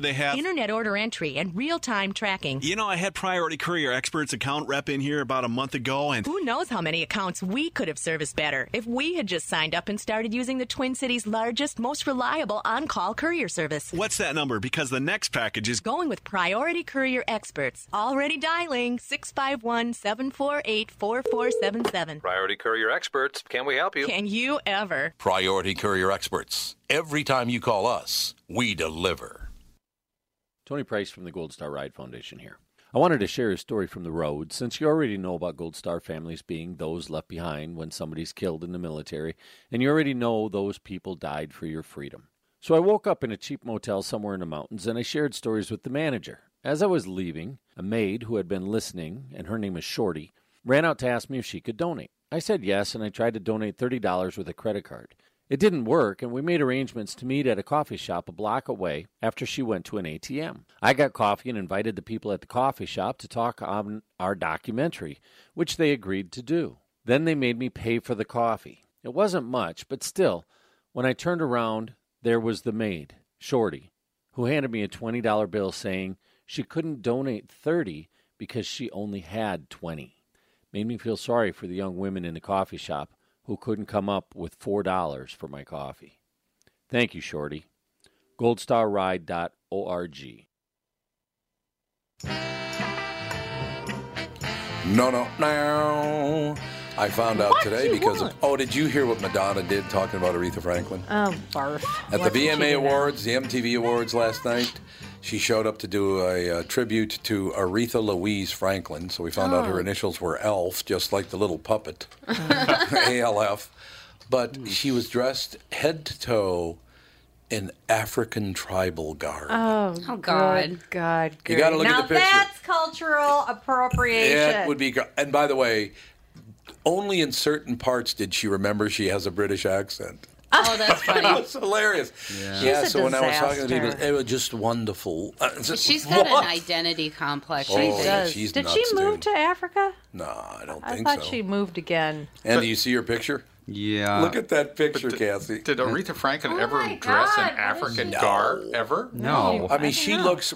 they have. Internet order entry and real time tracking. You know, I had Priority Courier Experts account rep in here about a month ago, and Who knows how many accounts we could have serviced better if we had just signed up and started using the Twin Cities' largest, most reliable on call courier service. what's that number? Because the next package is. Going with Priority Courier Experts. Already dialing 651 748 4477. Priority Courier Experts, can we help you? Can you ever? Priority Courier Experts. Every time you call us, we deliver. Tony Price from the Gold Star Ride Foundation here. I wanted to share a story from the road since you already know about Gold Star families being those left behind when somebody's killed in the military, and you already know those people died for your freedom. So I woke up in a cheap motel somewhere in the mountains and I shared stories with the manager. As I was leaving, a maid who had been listening, and her name was Shorty, ran out to ask me if she could donate. I said yes, and I tried to donate $30 with a credit card. It didn't work, and we made arrangements to meet at a coffee shop a block away after she went to an ATM. I got coffee and invited the people at the coffee shop to talk on our documentary, which they agreed to do. Then they made me pay for the coffee. It wasn't much, but still, when I turned around, there was the maid, Shorty, who handed me a $20 bill saying she couldn't donate 30 because she only had 20 made me feel sorry for the young women in the coffee shop who couldn't come up with four dollars for my coffee. Thank you, Shorty. goldstarride.org. No, no, no. I found out today because of, oh, did you hear what Madonna did talking about Aretha Franklin Oh, barf. at What the did she do VMA now? Awards, the MTV Awards last night? She showed up to do a, uh tribute to Aretha Louise Franklin. So we found out Oh. her initials were Elf, just like the [LAUGHS] little puppet, [LAUGHS] ALF. But she was dressed head to toe in African tribal garb. Oh God. Good God, You gotta great. look at now the picture. that's cultural appropriation. It would be. gr- And by the way, only in certain parts did she remember she has a British accent. [LAUGHS] Oh, that's funny. It's hilarious. Yeah. She's a so when I was talking to people, disaster. it was just wonderful. [LAUGHS] Uh, it's just- She's got what? an identity complex. Oh, I yeah, think. Does. she's Did nuts, she move dude. to Africa? No, I don't I think thought so. she moved again. And do you see her picture? Uh, Yeah. Look at that picture, Did- Cassie. Did Aretha Franklin ever Oh my dress God, in what is African she- garb? Ever? no. I mean, she looks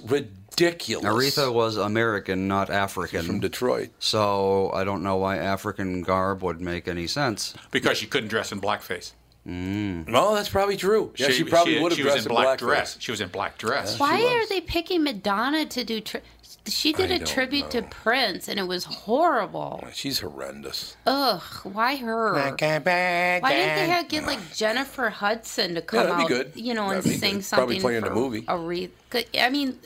ridiculous. Aretha was American, not African. from Detroit. So I don't know why African garb would make any sense. Because she couldn't dress in blackface. Mm. Well, that's probably true. Yeah, she, probably would have she was dressed in black, blackface. dress. She was in black dress. Why are they picking Madonna to do? Tri- she did I a don't tribute to Prince, and it was horrible. She's horrendous. Ugh, why her? Why didn't they have, get like Jennifer Hudson to come that'd be out, good. you know, That'd be and sing good. something Probably play in for the movie. A re- good- I mean,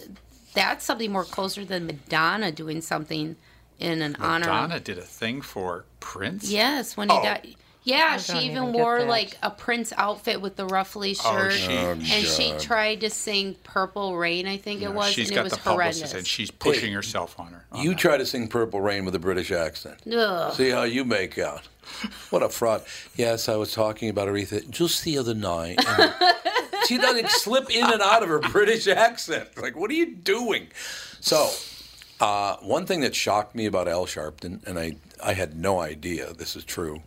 that's something more closer than Madonna doing something in an honor. Madonna of- did a thing for Prince. Yes, when he Oh. died. Yeah, I she don't even even get wore that. like a Prince outfit with the ruffly Oh, shirt, she- Oh, and she God. tried to sing "Purple Rain," I think it was, She's and it was horrendous. she's pushing herself on her. you try to sing Purple Rain with a British accent. Ugh. See how you make out. [LAUGHS] What a fraud. Yes, I was talking about Aretha just the other night. and- she doesn't slip in and out of her British accent. Like, what are you doing? So, uh, one thing that shocked me about Al Sharpton, and I, I had no idea this is true.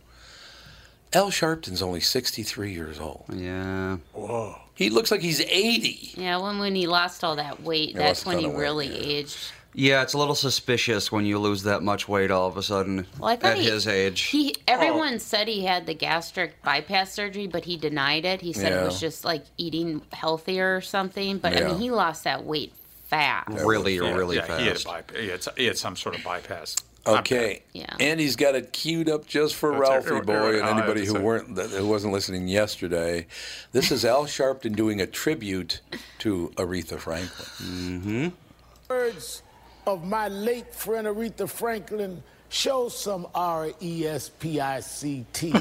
Al Sharpton's only 63 years old. Yeah. Whoa. He looks like he's 80. Yeah, when when he lost all that weight, He that's lost a when ton he of weight, really aged. Yeah, it's a little suspicious when you lose that much weight all of a sudden Well, I thought at he- his age. He everyone said he had the gastric bypass surgery, but he denied it. He said Yeah. it was just like eating healthier or something. But I Yeah. mean, he lost that weight fast. Yeah, really yeah, He had, a fast. bypa- he, had, he had some sort of bypass. Okay. Yeah. And he's got it queued up just for That's it. Ralphie boy and Uh, anybody it's who a- weren't that- who wasn't listening yesterday. This is Al Sharpton doing a tribute to Aretha Franklin. Mm-hmm. words of my late friend Aretha Franklin show some R E S P I C T.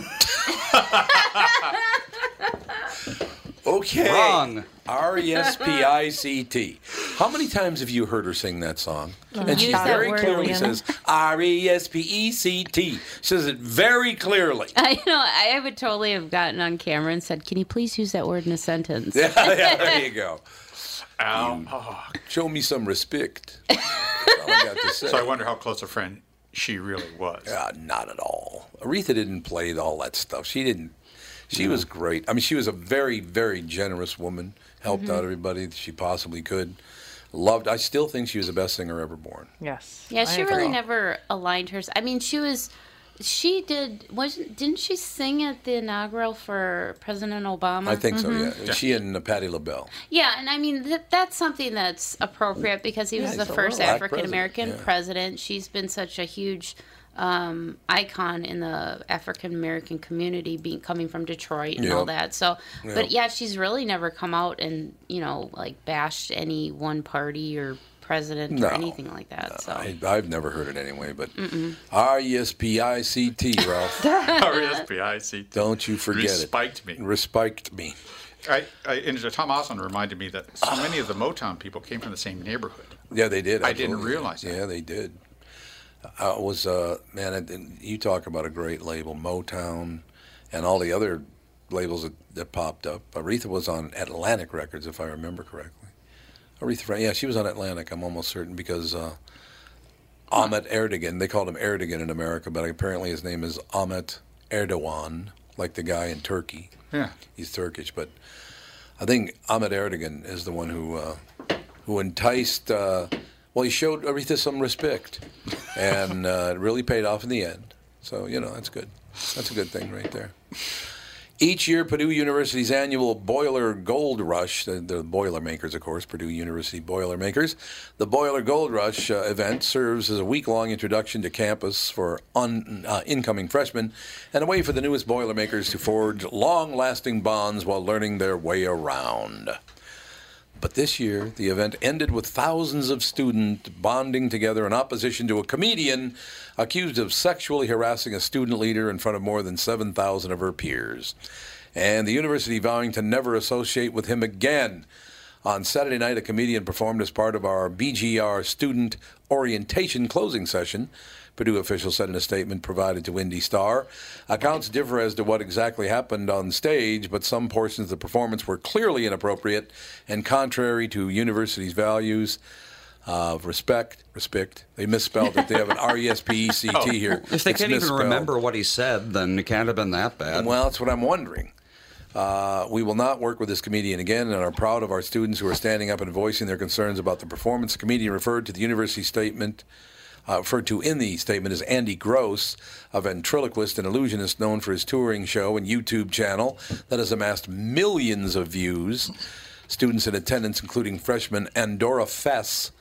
Okay. Wrong. R E S P I C T. How many times have you heard her sing that song? Can and you she use that very word clearly again? says R E S P E C T. Says it very clearly. [LAUGHS] [LAUGHS] I know. I would totally have gotten on camera and said, "Can you please use that word in a sentence?" Yeah, yeah, there you go. You show me some respect. That's all I got to say. So I wonder how close a friend she really was. [LAUGHS] Uh, not at all. Aretha didn't play all that stuff. She didn't. She was great. I mean, she was a very, very generous woman. Helped out Mhm. everybody that she possibly could. Loved. I still think she was the best singer ever born. Yes. Yeah, she really agree. never aligned hers. I mean, she was, she did. Wasn't didn't she sing at the inaugural for President Obama? I think Mhm. so. Yeah. She and uh, Patti LaBelle. Yeah, and I mean th- that's something that's appropriate because he Yeah, was he's the a first black African American president, yeah. president. She's been such a huge um, icon in the African American community, being coming from Detroit and all Yep. that. So, Yep. but yeah, she's really never come out and you know like bashed any one party or president No. or anything like that. So I, I've never heard it anyway, but Mm-mm. R E S P I C T, Ralph. R-E-S-P-I-C-T. [LAUGHS] Don't you forget Respiked it. me. Respiked me. I, I, and Tom Osland reminded me that so many of the Motown people came from the same neighborhood. [SIGHS] Yeah, they did. I didn't absolutely. realize Yeah, they did. I was uh, man. I didn't- You talk about a great label, Motown, and all the other labels that, that popped up. Aretha was on Atlantic Records, if I remember correctly. Aretha, Frank- yeah, she was on Atlantic. I'm almost certain because uh, Ahmet Erdogan. They called him Erdogan in America, but apparently his name is Ahmet Erdogan, like the guy in Turkey. Yeah. He's Turkish, but I think Ahmet Erdogan is the one who uh, who enticed. Uh, well, he showed Aretha some respect, and uh, it really paid off in the end. So you know that's good. That's a good thing right there. Each year, Purdue University's annual Boiler Gold Rush, the, the Boilermakers, of course, Purdue University Boilermakers, the Boiler Gold Rush uh, event serves as a week long introduction to campus for un, uh, incoming freshmen and a way for the newest Boilermakers to forge long lasting bonds while learning their way around. But this year, the event ended with thousands of students bonding together in opposition to a comedian accused of sexually harassing a student leader in front of more than 7,000 of her peers. And the university vowing to never associate with him again. On Saturday night, a comedian performed as part of our BGR student orientation closing session. Purdue officials said in a statement provided to Indy Star. Accounts differ as to what exactly happened on stage, but some portions of the performance were clearly inappropriate and contrary to university's values of respect. Respect. They misspelled it. They have an R E S P E [LAUGHS] C T here. If Oh. they It's can't even misspelled. remember what he said, then it can't have been that bad. Well, that's what I'm wondering. Uh, we will not work with this comedian again and are proud of our students who are standing up and voicing their concerns about the performance. The comedian referred to the university statement uh, referred to in the statement is Andy Gross, a ventriloquist and illusionist known for his touring show and YouTube channel that has amassed millions of views. Students in attendance, including freshman Andorra Fess,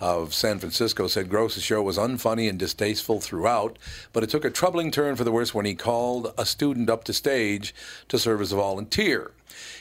of San Francisco said Gross's show was unfunny and distasteful throughout, but it took a troubling turn for the worse when he called a student up to stage to serve as a volunteer.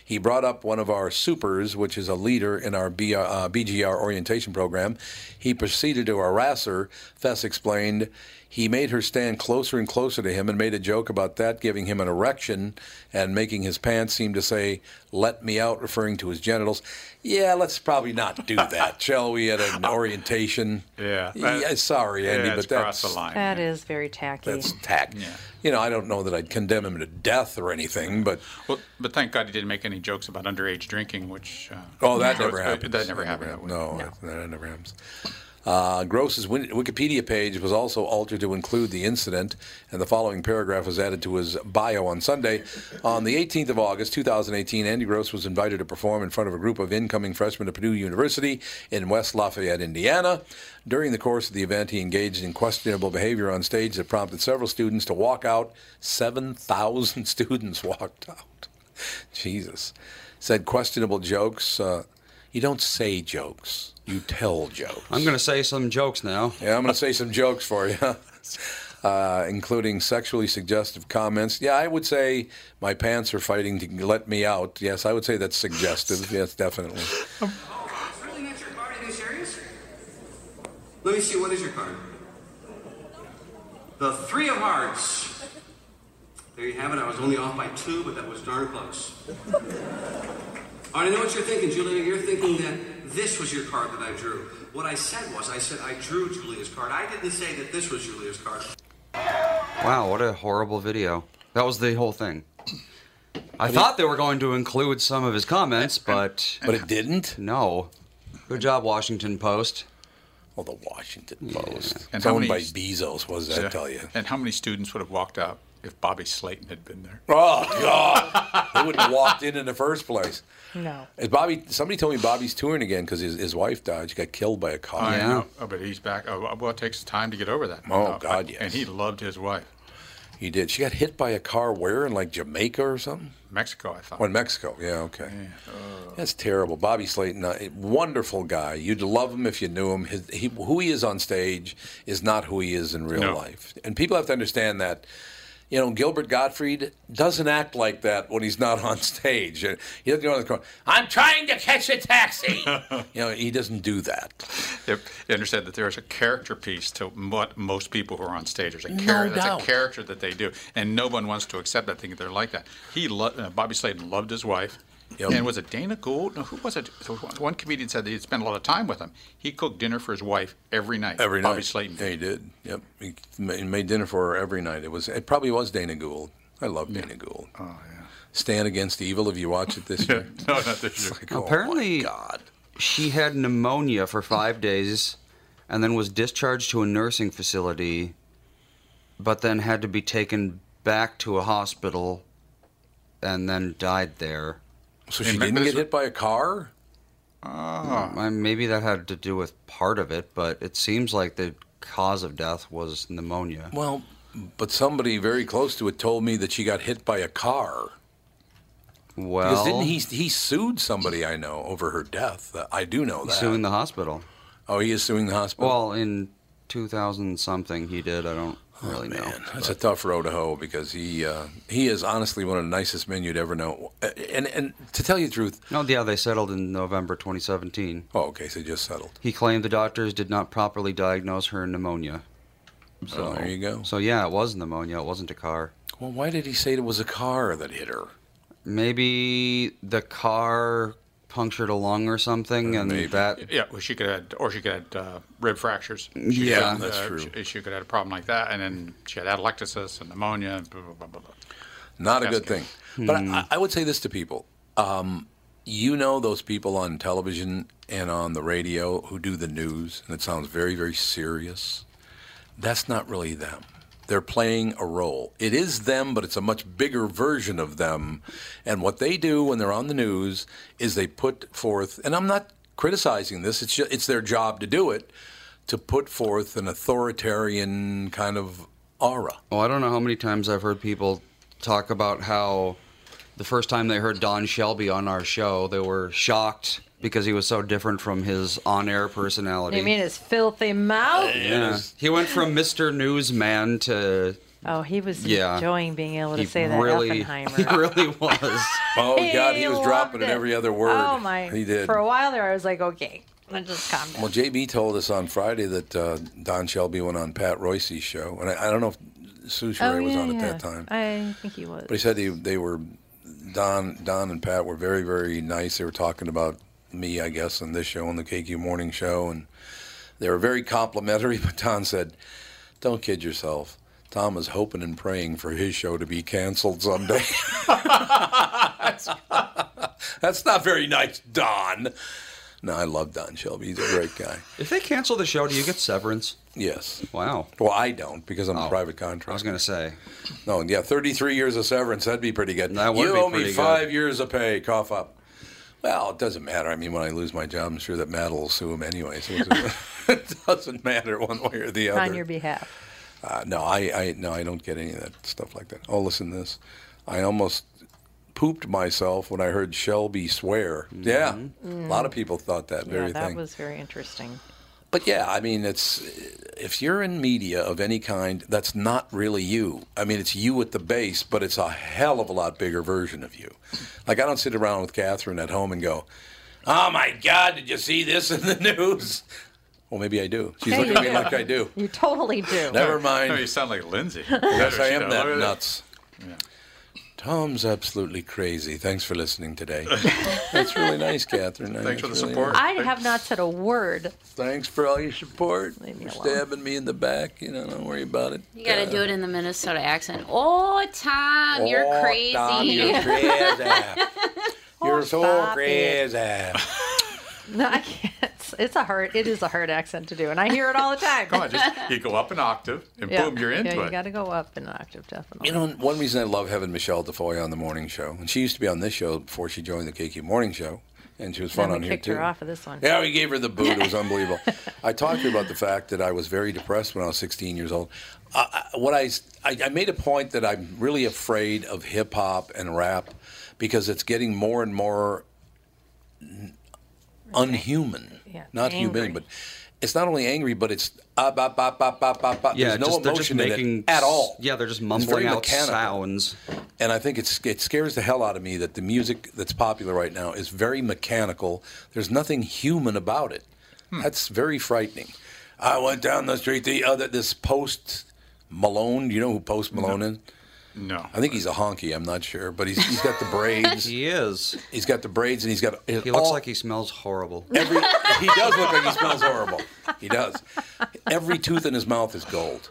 He brought up one of our supers, which is a leader in our B- uh, BGR orientation program. He proceeded to harass her. Fess explained he made her stand closer and closer to him and made a joke about that giving him an erection and making his pants seem to say, let me out, referring to his genitals. Yeah, let's probably [LAUGHS] not do that, shall we, at an orientation? Yeah. Yeah, sorry, Yeah, Andy, it's but crossed that's, the line. That is very tacky. that's tact. Yeah. You know, I don't know that I'd condemn him to death or anything, but Well, but thank God he didn't make any jokes about underage drinking, which. Uh, Oh, that shows- never uh, happened. That never happened. No, that never happens. Uh, Gross's Win- Wikipedia page was also altered to include the incident, and the following paragraph was added to his bio on Sunday. On the 18th of August, 2018, Andy Gross was invited to perform in front of a group of incoming freshmen at Purdue University in West Lafayette, Indiana. During the course of the event, he engaged in questionable behavior on stage that prompted several students to walk out. 7,000 [LAUGHS] students walked out. Jesus. Said questionable jokes. Uh, you don't say jokes, you tell jokes. I'm going to say some jokes now. Yeah, I'm going to say some jokes for you, [LAUGHS] uh, including sexually suggestive comments. Yeah, I would say my pants are fighting to let me out. Yes, I would say [LAUGHS] that's suggestive. Yes, definitely. Really not your card? Are you serious? Let me see. What is your card? The three of hearts. There you have it. I was only off by two, but that was darn close. All right, I know what you're thinking, Julia. You're thinking that this was your card that I drew. What I said was, I said I drew Julia's card. I didn't say that this was Julia's card. Wow, what a horrible video. That was the whole thing. I thought they were going to include some of his comments, but but it didn't. No. Good job, Washington Post. Well, the Washington Post. And It's how owned many- by Bezos, what does that Yeah. tell you? And how many students would have walked out if Bobby Slayton had been there? Oh, God. they wouldn't have walked in in the first place. No. Is Bobby? Somebody told me Bobby's touring again because his, his wife died. She got killed by a car. I know. Oh, but he's back. Oh, well, it takes time to get over that. Oh, Uh, God, yes. And he loved his wife. He did. She got hit by a car where in like Jamaica or something? Mexico, I thought. Oh, in Mexico. Yeah, okay. That's terrible. Bobby Slayton, uh, wonderful guy. You'd love him if you knew him. His, he, who he is on stage is not who he is in real No. life. And people have to understand that. You know, Gilbert Gottfried doesn't act like that when he's not [LAUGHS] on stage. Uh, He doesn't go on the corner, I'm trying to catch a taxi. you know, he doesn't do that. Yep. You understand that there's a character piece to what most people who are on stage. There's a No character. that's doubt. a character that they do, and no one wants to accept that. Thinking they're like that. He lo- uh, Bobby Slayton loved his wife. Yep. And was it Dana Gould? No, who was it? So one- One comedian said that he'd spent a lot of time with him. He cooked dinner for his wife every night. Every Bobby night. Slayton. Yeah, he did. Yep. He ma- he made dinner for her every night. It was. It probably was Dana Gould. I love Dana Gould. Oh yeah. Stand Against Evil. Have you watched [LAUGHS] it this year? oh, no, not this year. Apparently, she had pneumonia for five days and then was discharged to a nursing facility, but then had to be taken back to a hospital and then died there. So she didn't get hit by a car? Uh, maybe that had to do with part of it, but it seems like the cause of death was pneumonia. Well, but somebody very close to it told me that she got hit by a car. Well, Because didn't he he sued somebody I know over her death? Uh, I do know that. He's suing the hospital. Oh, he is suing the hospital. Well, in 2000 something, he did. I don't really know. Oh, That's a tough row to hoe because he uh, he is honestly one of the nicest men you'd ever know. Uh, And and to tell you the truth, No, yeah, they settled in November 2017. oh okay, so just settled. He claimed the doctors did not properly diagnose her pneumonia. So Oh, there you go. So yeah, it was pneumonia. It wasn't a car. Well, why did he say it was a car that hit her? Maybe the car punctured a lung or something, Uh, and that [LAUGHS] Yeah, well, she could have, had, or she could have had, uh, rib fractures. She could Yeah, have, that's uh, true. She, she could have had a problem like that, and then she had atelectasis and pneumonia. And blah, blah, blah, blah, blah. Not a That's good thing. But Hmm. I, I would say this to people. Um, you know those people on television and on the radio who do the news, and it sounds very, very serious. That's not really them. They're playing a role. It is them, but it's a much bigger version of them. And what they do when they're on the news is they put forth, and I'm not criticizing this, it's, just, it's their job to do it to put forth an authoritarian kind of aura. Well, I don't know how many times I've heard people talk about how the first time they heard Don Shelby on our show, they were shocked because he was so different from his on-air personality. You mean his filthy mouth? yeah, he went from Mr. Newsman to Oh, he was Yeah. enjoying being able to He say that really- [LAUGHS] Oppenheimer. [LAUGHS] He really was. Oh God, he was loved dropping at it. every other word. Oh my! he did. For a while there, I was like, okay, let's just calm down. Well, JB told us on Friday that uh, Don Shelby went on Pat Royce's show, and I, I don't know if Sue Sherry was on at that time, Oh, I think he was. but he said they, they were Don Don and Pat were very very nice. They were talking about me, I guess, on this show on the KQ Morning Show, and they were very complimentary. [LAUGHS] But Don said, "Don't kid yourself." Tom is hoping and praying for his show to be canceled someday. [LAUGHS] That's not very nice, Don. No, I love Don Shelby. He's a great guy. If they cancel the show, do you get severance? Yes. Wow. Well, I don't because I'm a private contractor. Oh, I was going to say. No, yeah, 33 years of severance. That'd be pretty good. would you be owe pretty me good. five years of pay. Cough up. Well, it doesn't matter. I mean, when I lose my job, I'm sure that Matt will sue him anyway. So [LAUGHS] it's- [LAUGHS] it doesn't matter one way or the other. on your behalf. Uh, no, I, I no, I don't get any of that stuff like that. Oh, listen to this. I almost pooped myself when I heard Shelby swear. Mm-hmm. Yeah, a lot of people thought that Yeah, very that thing. was very interesting. But yeah, I mean, it's if you're in media of any kind, that's not really you. I mean, it's you at the base, but it's a hell of a lot bigger version of you. Like I don't sit around with Catherine at home and go, "Oh my God, did you see this in the [LAUGHS] news?" Well, maybe I do. She's Hey, looking at me you like I [LAUGHS] do. You totally do. Never mind. No, you sound like Lindsay. Yes, [LAUGHS] I You am know, that look at nuts. Tom's absolutely crazy. Thanks for listening [LAUGHS] today. That's really nice, Catherine. Thanks for the That's really support. nice. I have not said a word. [LAUGHS] Thanks for all your support. me You're alone. stabbing me in the back. You know, don't worry about it. You gotta do it in the Minnesota accent. Oh, Tom, you're Oh, crazy. [LAUGHS] Tom, [LAUGHS] you're crazy. You're so stop it. crazy. No, I can't. It's- It's a hard. It is a hard accent to do, and I hear it all the time. [LAUGHS] Come on, just you go up an octave and Yeah. boom, you're into yeah, it. You got to go up an octave, definitely. You know, one reason I love having Michelle DeFoy on the morning show, and she used to be on this show before she joined the KQ Morning Show, and she was fun Then we on here kicked too. her off of this one. [LAUGHS] Yeah, we gave her the boot. It was unbelievable. I talked to her about the fact that I was very depressed when I was 16 years old. I, I, what I, s- I- I made a point that I'm really afraid of hip hop and rap because it's getting more and more n- unhuman. Yeah, Not human, but it's not only angry, but it's ah, bah, bah, bah, bah, bah, bah. Yeah, There's no just- they're just emotion in making it at all. s- yeah, they're just It's mumbling very out mechanical. sounds. And I think it's, it scares the hell out of me that the music that's popular right now is very mechanical. There's nothing human about it. Hmm. That's very frightening. I went down the street the other this post Malone. Do you know who Post Malone is? No. I think he's a honky. I'm not sure, but he's [LAUGHS] he's got the braids. he is. He's got the braids, and he's got. He looks like he smells horrible. [LAUGHS] Every, he does look like he smells horrible. He does. Every tooth in his mouth is gold.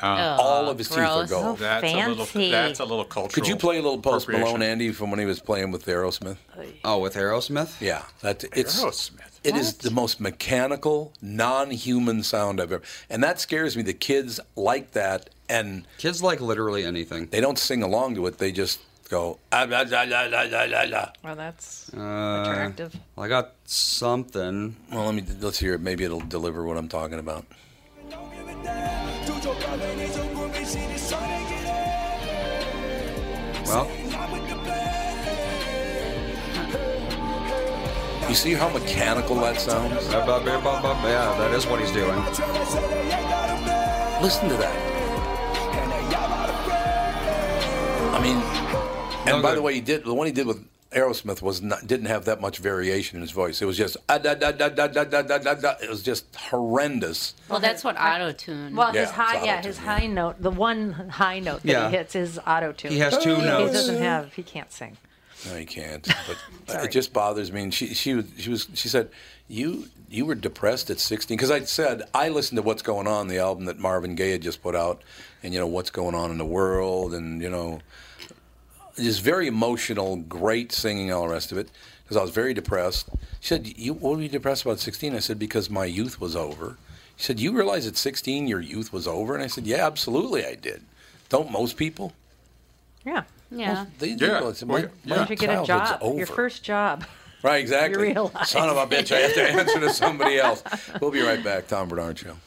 Oh, Uh, All of his gross. teeth are gold. So That's a little- fancy. that's a little Could you cultural play a little Post appropriation. Malone, Andy, from when he was playing with Aerosmith? Oh, with Aerosmith? Yeah, that it's Aerosmith. It is the most mechanical, non-human sound I've ever, and that scares me. The kids like that, and kids like literally anything. They don't sing along to it; they just go. "Ah, la, la, la, la, la, la, la." Well, that's Uh, attractive. well, I got something. Well, let me let's hear it. Maybe it'll deliver what I'm talking about. Well, you see how mechanical that sounds? Yeah, that is what he's doing. Listen to that. I mean, and by the way, he did the one he did with Aerosmith was not didn't have that much variation in his voice. It was just ah, da, da, da, da, da, da, da, da, da. it was just horrendous. Well, that's what auto tune. Well, Yeah, his it's high, yeah, his high note, the one high note that Yeah. he hits is auto tune. He has two notes. He doesn't have. He can't sing. No, he can't. But it just bothers me. And she she was she was she said you you were depressed at 16 because I said I listened to what's going on the album that Marvin Gaye had just put out, and you know what's going on in the world, and you know just very emotional, great singing, all the rest of it. Because I was very depressed. She said, "You what were you depressed about at 16?" I said, "Because my youth was over." She said, "You realize at 16 your youth was over?" And I said, "Yeah, absolutely, I did. Don't most people?" Yeah. Yeah. They Yeah. realize that my, Well, my you should get a childhood's job. Over. Your first job. Right, exactly. realize. Son of a bitch, I have to answer to somebody else. We'll be right back. Tom Bernard Show.